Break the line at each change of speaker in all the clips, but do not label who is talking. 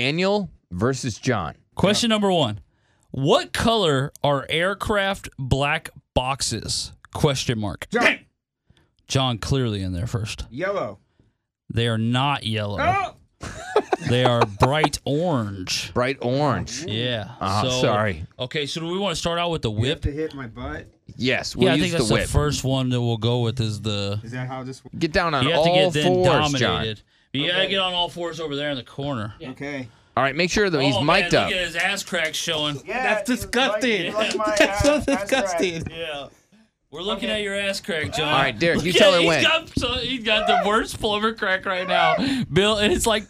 Daniel versus John.
Question number one: What color are aircraft black boxes? Question mark.
John,
John clearly in there first.
yellow.
They are not yellow.
Oh,
They are bright orange.
Bright orange.
Yeah.
Ah,
so,
sorry.
Okay, so do we want to start out with the
you have
whip?
to hit my butt.
Yes, we'll
yeah, I
use
think that's
the
the,
whip.
first one that we'll go with is the.
Is that how this works?
Get down on
You have to
all
get then
fours,
dominated.
John.
But you gotta
Okay.
get on all fours over there in the corner.
Okay.
All right, make sure that he's
oh,
mic'd
man,
up.
Look at his ass crack showing.
Yeah,
That's
you like- you
disgusting.
like my
That's so
ass- ass crack.
disgusting.
Yeah. We're looking
Okay.
at your ass crack, John.
All right, Derek, you
Yeah,
tell her
he's
when.
Got, so he's got the worst plumber crack right now, Bill, and it's like.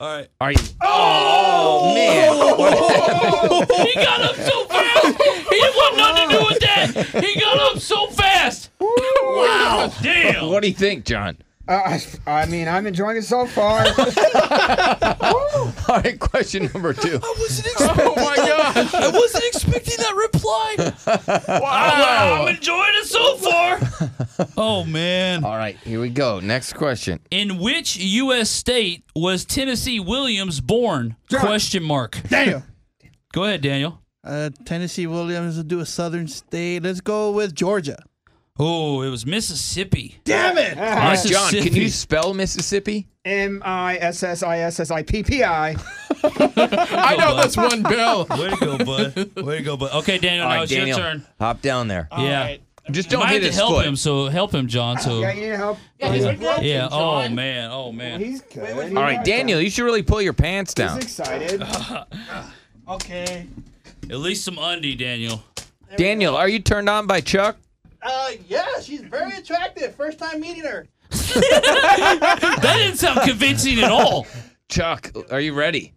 All right,
All right. Oh, man.
he got up so fast. He didn't want nothing to do with that. He got up so fast. Wow, damn.
What do you think, John?
Uh, I, I mean, I'm enjoying it so far.
All right, question number two.
oh my god! I wasn't expecting that reply. Wow, I'm enjoying it so far. Oh man!
All right, here we go. Next question.
In which U.S. state was Tennessee Williams born? Question mark.
Daniel.
Go ahead, Daniel.
Uh, Tennessee Williams will do a Southern State. Let's go with Georgia.
Oh, it was Mississippi.
Damn it!
All right, John, can
Mississippi.
you spell Mississippi?
M I S S I S S I P P I.
I know
That's one bill.
Way to go, bud. Way to go, bud. Okay, Daniel,
All
now
right,
it's
Daniel,
your turn.
hop down there.
yeah.
Just
You
don't hit
might have to
his
help
foot.
him, so help him, John. So
Yeah, you need help.
yeah. Yeah. Oh man. Oh man.
He's good.
All right, Daniel, you should really pull your pants down.
He's excited.
Okay.
At least some undie, Daniel.
Daniel, are you turned on by Chuck?
Uh, yeah, she's very attractive. First time meeting her.
That didn't sound convincing at all.
Chuck, are you ready?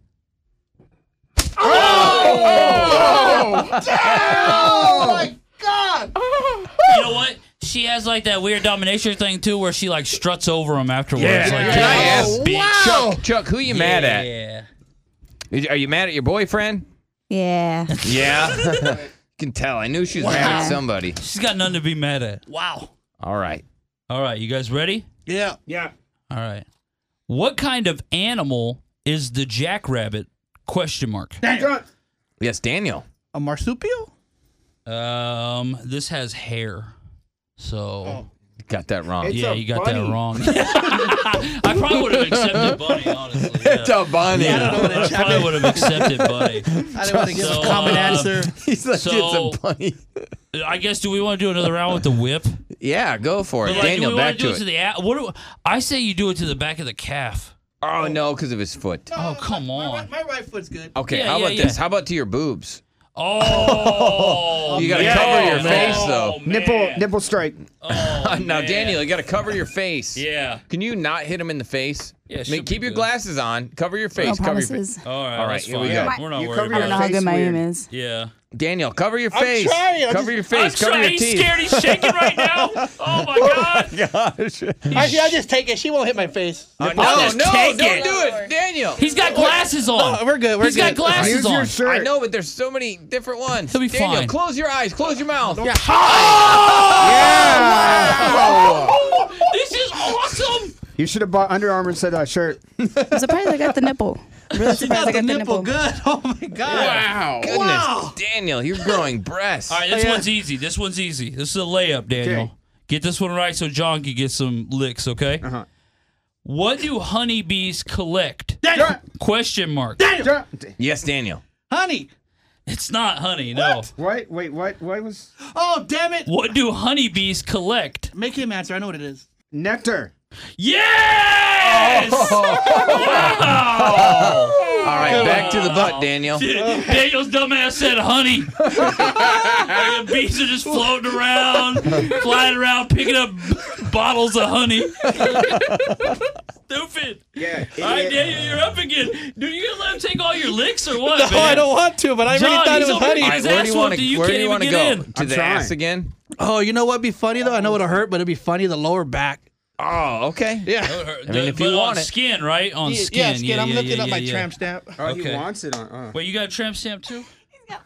God!
You know what? She has like that weird domination thing too, where she like struts over him afterwards.
Yeah.
Like,
Can I ask-
bitch.
Oh.
Chuck, Chuck, who you mad at?
Yeah.
Is- Are you mad at your boyfriend?
Yeah.
Yeah. you can tell. I knew she was mad at
Wow.
somebody.
She's got nothing to be mad at. Wow.
All right.
All right, you guys ready?
Yeah.
Yeah.
All right. What kind of animal is the jackrabbit? Question mark.
John.
Yes, Daniel.
A marsupial?
Um, this has hair, so
Oh.
Got that wrong.
It's
yeah,
a
you got
bunny.
that wrong. I probably would have accepted bunny, honestly. Yeah.
a bunny.
Yeah, I probably would have accepted bunny.
I didn't want to give
So,
a common
uh,
answer.
He's like,
So-
it's a bunny.
I guess do we want to do another round with the whip?
Yeah, go for it.
But, like, do
Daniel,
we wanna
back
do
to
it,
it.
to the a- what do I say you do it to the back of the calf?
oh, no, because of his foot.
Oh come on!
Uh, My right foot's good.
Okay,
Yeah,
how
yeah,
about
yeah.
this? How about to your boobs?
Oh,
You gotta
man.
cover your
Oh,
face, though.
man.
Nipple, nipple strike.
Oh,
now,
man.
Daniel, you got to cover your face.
Yeah.
Can you not hit him in the face?
Yeah, it
Ma-
should
keep
be
your
good.
glasses on. Cover your face.
No
cover your face.
promises.
All right.
All right,
that's
here we
fine.
go.
We're not
You
worried
cover
I
about
don't know how
Face
good my
weird.
aim is.
it. Yeah.
Daniel, cover your face.
trying, I'm
cover your face.
I'm
cover
sorry.
your
He's
teeth.
scared. He's shaking right now. Oh my god.
Gosh.
I, I'll just take it. She won't hit my face.
Oh, no,
just
no,
take
don't
it.
do it, Daniel.
He's got glasses on.
we're good, we're
He's got
good.
glasses
Use
on.
your shirt.
I know, but there's so many different ones.
He'll be
Daniel,
fine.
close your eyes. Close your mouth. Yeah.
This is awesome.
You should have bought Under Armour instead of that shirt.
I'm surprised I got the nipple. I'm really
She
surprised
got
I
the
got the
nipple
nipple.
good. Oh my god.
Wow. Goodness. Daniel, you're growing breasts.
All right, this one's easy. This one's easy. This is a layup, Daniel.
Okay.
Get this one right so John can get some licks, okay?
Uh-huh.
What do honeybees collect?
John.
Question mark.
John.
Yes, Daniel.
Honey.
It's not honey, no.
What? Wait, what? What was
Oh damn it.
What do honeybees collect?
Make him answer. I know what it is.
nectar?
Yes!
Oh. All right, back to the butt, Daniel.
Daniel's dumbass said honey. and the bees are just floating around, flying around, picking up bottles of honey. Stupid.
Yeah.
All right, Daniel, you're up again. Dude, you gonna let him take all your licks or what?
No,
man?
Oh, I don't want to, but I
John,
really thought it
he's
was
over
honey.
here.
All right,
His
where
ass
do you
went
want
to-
to
you
where do
can't
you want to
even
go?
get in.
To
I'm
the
trying.
ass again?
Oh, you know what'd be funny though? I know it'll hurt, but it'll be funny. The lower back.
Oh, okay.
Yeah.
I
mean, if you want
Uh, on
it.
skin, right? On skin.
yeah, skin. I'm
yeah,
lifting
yeah,
up my
yeah.
tramp stamp.
Oh,
Okay.
he wants it on. Oh.
Wait, you got a tramp stamp too?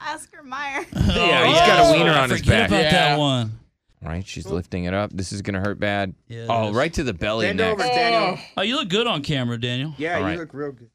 Oscar Meyer.
Yeah, he's got a wiener on his back.
Forget about
Yeah.
that one.
Right? She's lifting it up. This is gonna hurt bad.
Yeah, it
oh,
is.
right to the belly
Bend
next.
over, Daniel.
Oh, you look good on camera, Daniel.
Yeah,
All right.
you look real good.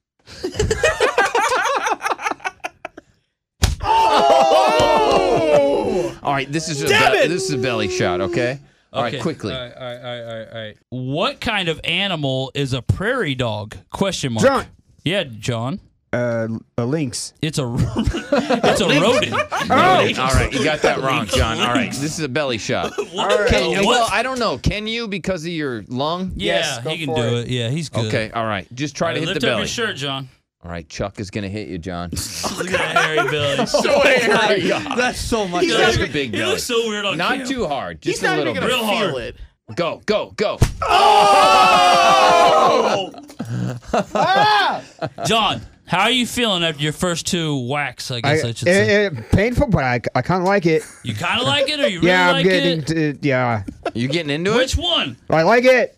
All right, this is a
Damn
be-
it!
this is a belly shot. Okay. All right,
Okay,
quickly.
All right, all right, all right, all right.
What kind of animal is a prairie dog? Question mark.
John.
Yeah, John.
Uh, a lynx.
It's a it's a rodent.
Oh.
All right, you got that wrong, John. All right, this is a belly shot.
All right.
Can,
What?
well, I don't know. Can you because of your lung?
Yeah,
Yes, go
he can
for
do
it.
it. Yeah, he's good.
Okay. All right. Just try
All right,
to hit
lift
the
up
belly.
your shirt, John.
All right, Chuck is gonna hit you, John.
Look at that hairy belly. So
Oh That's so much.
He's
That's
a big
you
belly.
look so weird on
Not
camera.
too hard. Just
He's not
a little
even
bit.
gonna
Real
feel
hard.
it.
Go, go, go.
John, how are you feeling after your first two whacks? I
I, eh,
guess I,
it,
should say.
it- Uh, painful, but I, I kind of like it.
you kind of like it, or you really
yeah,
like
I'm getting.
it?
To, yeah,
You getting into it?
Which one?
I like it.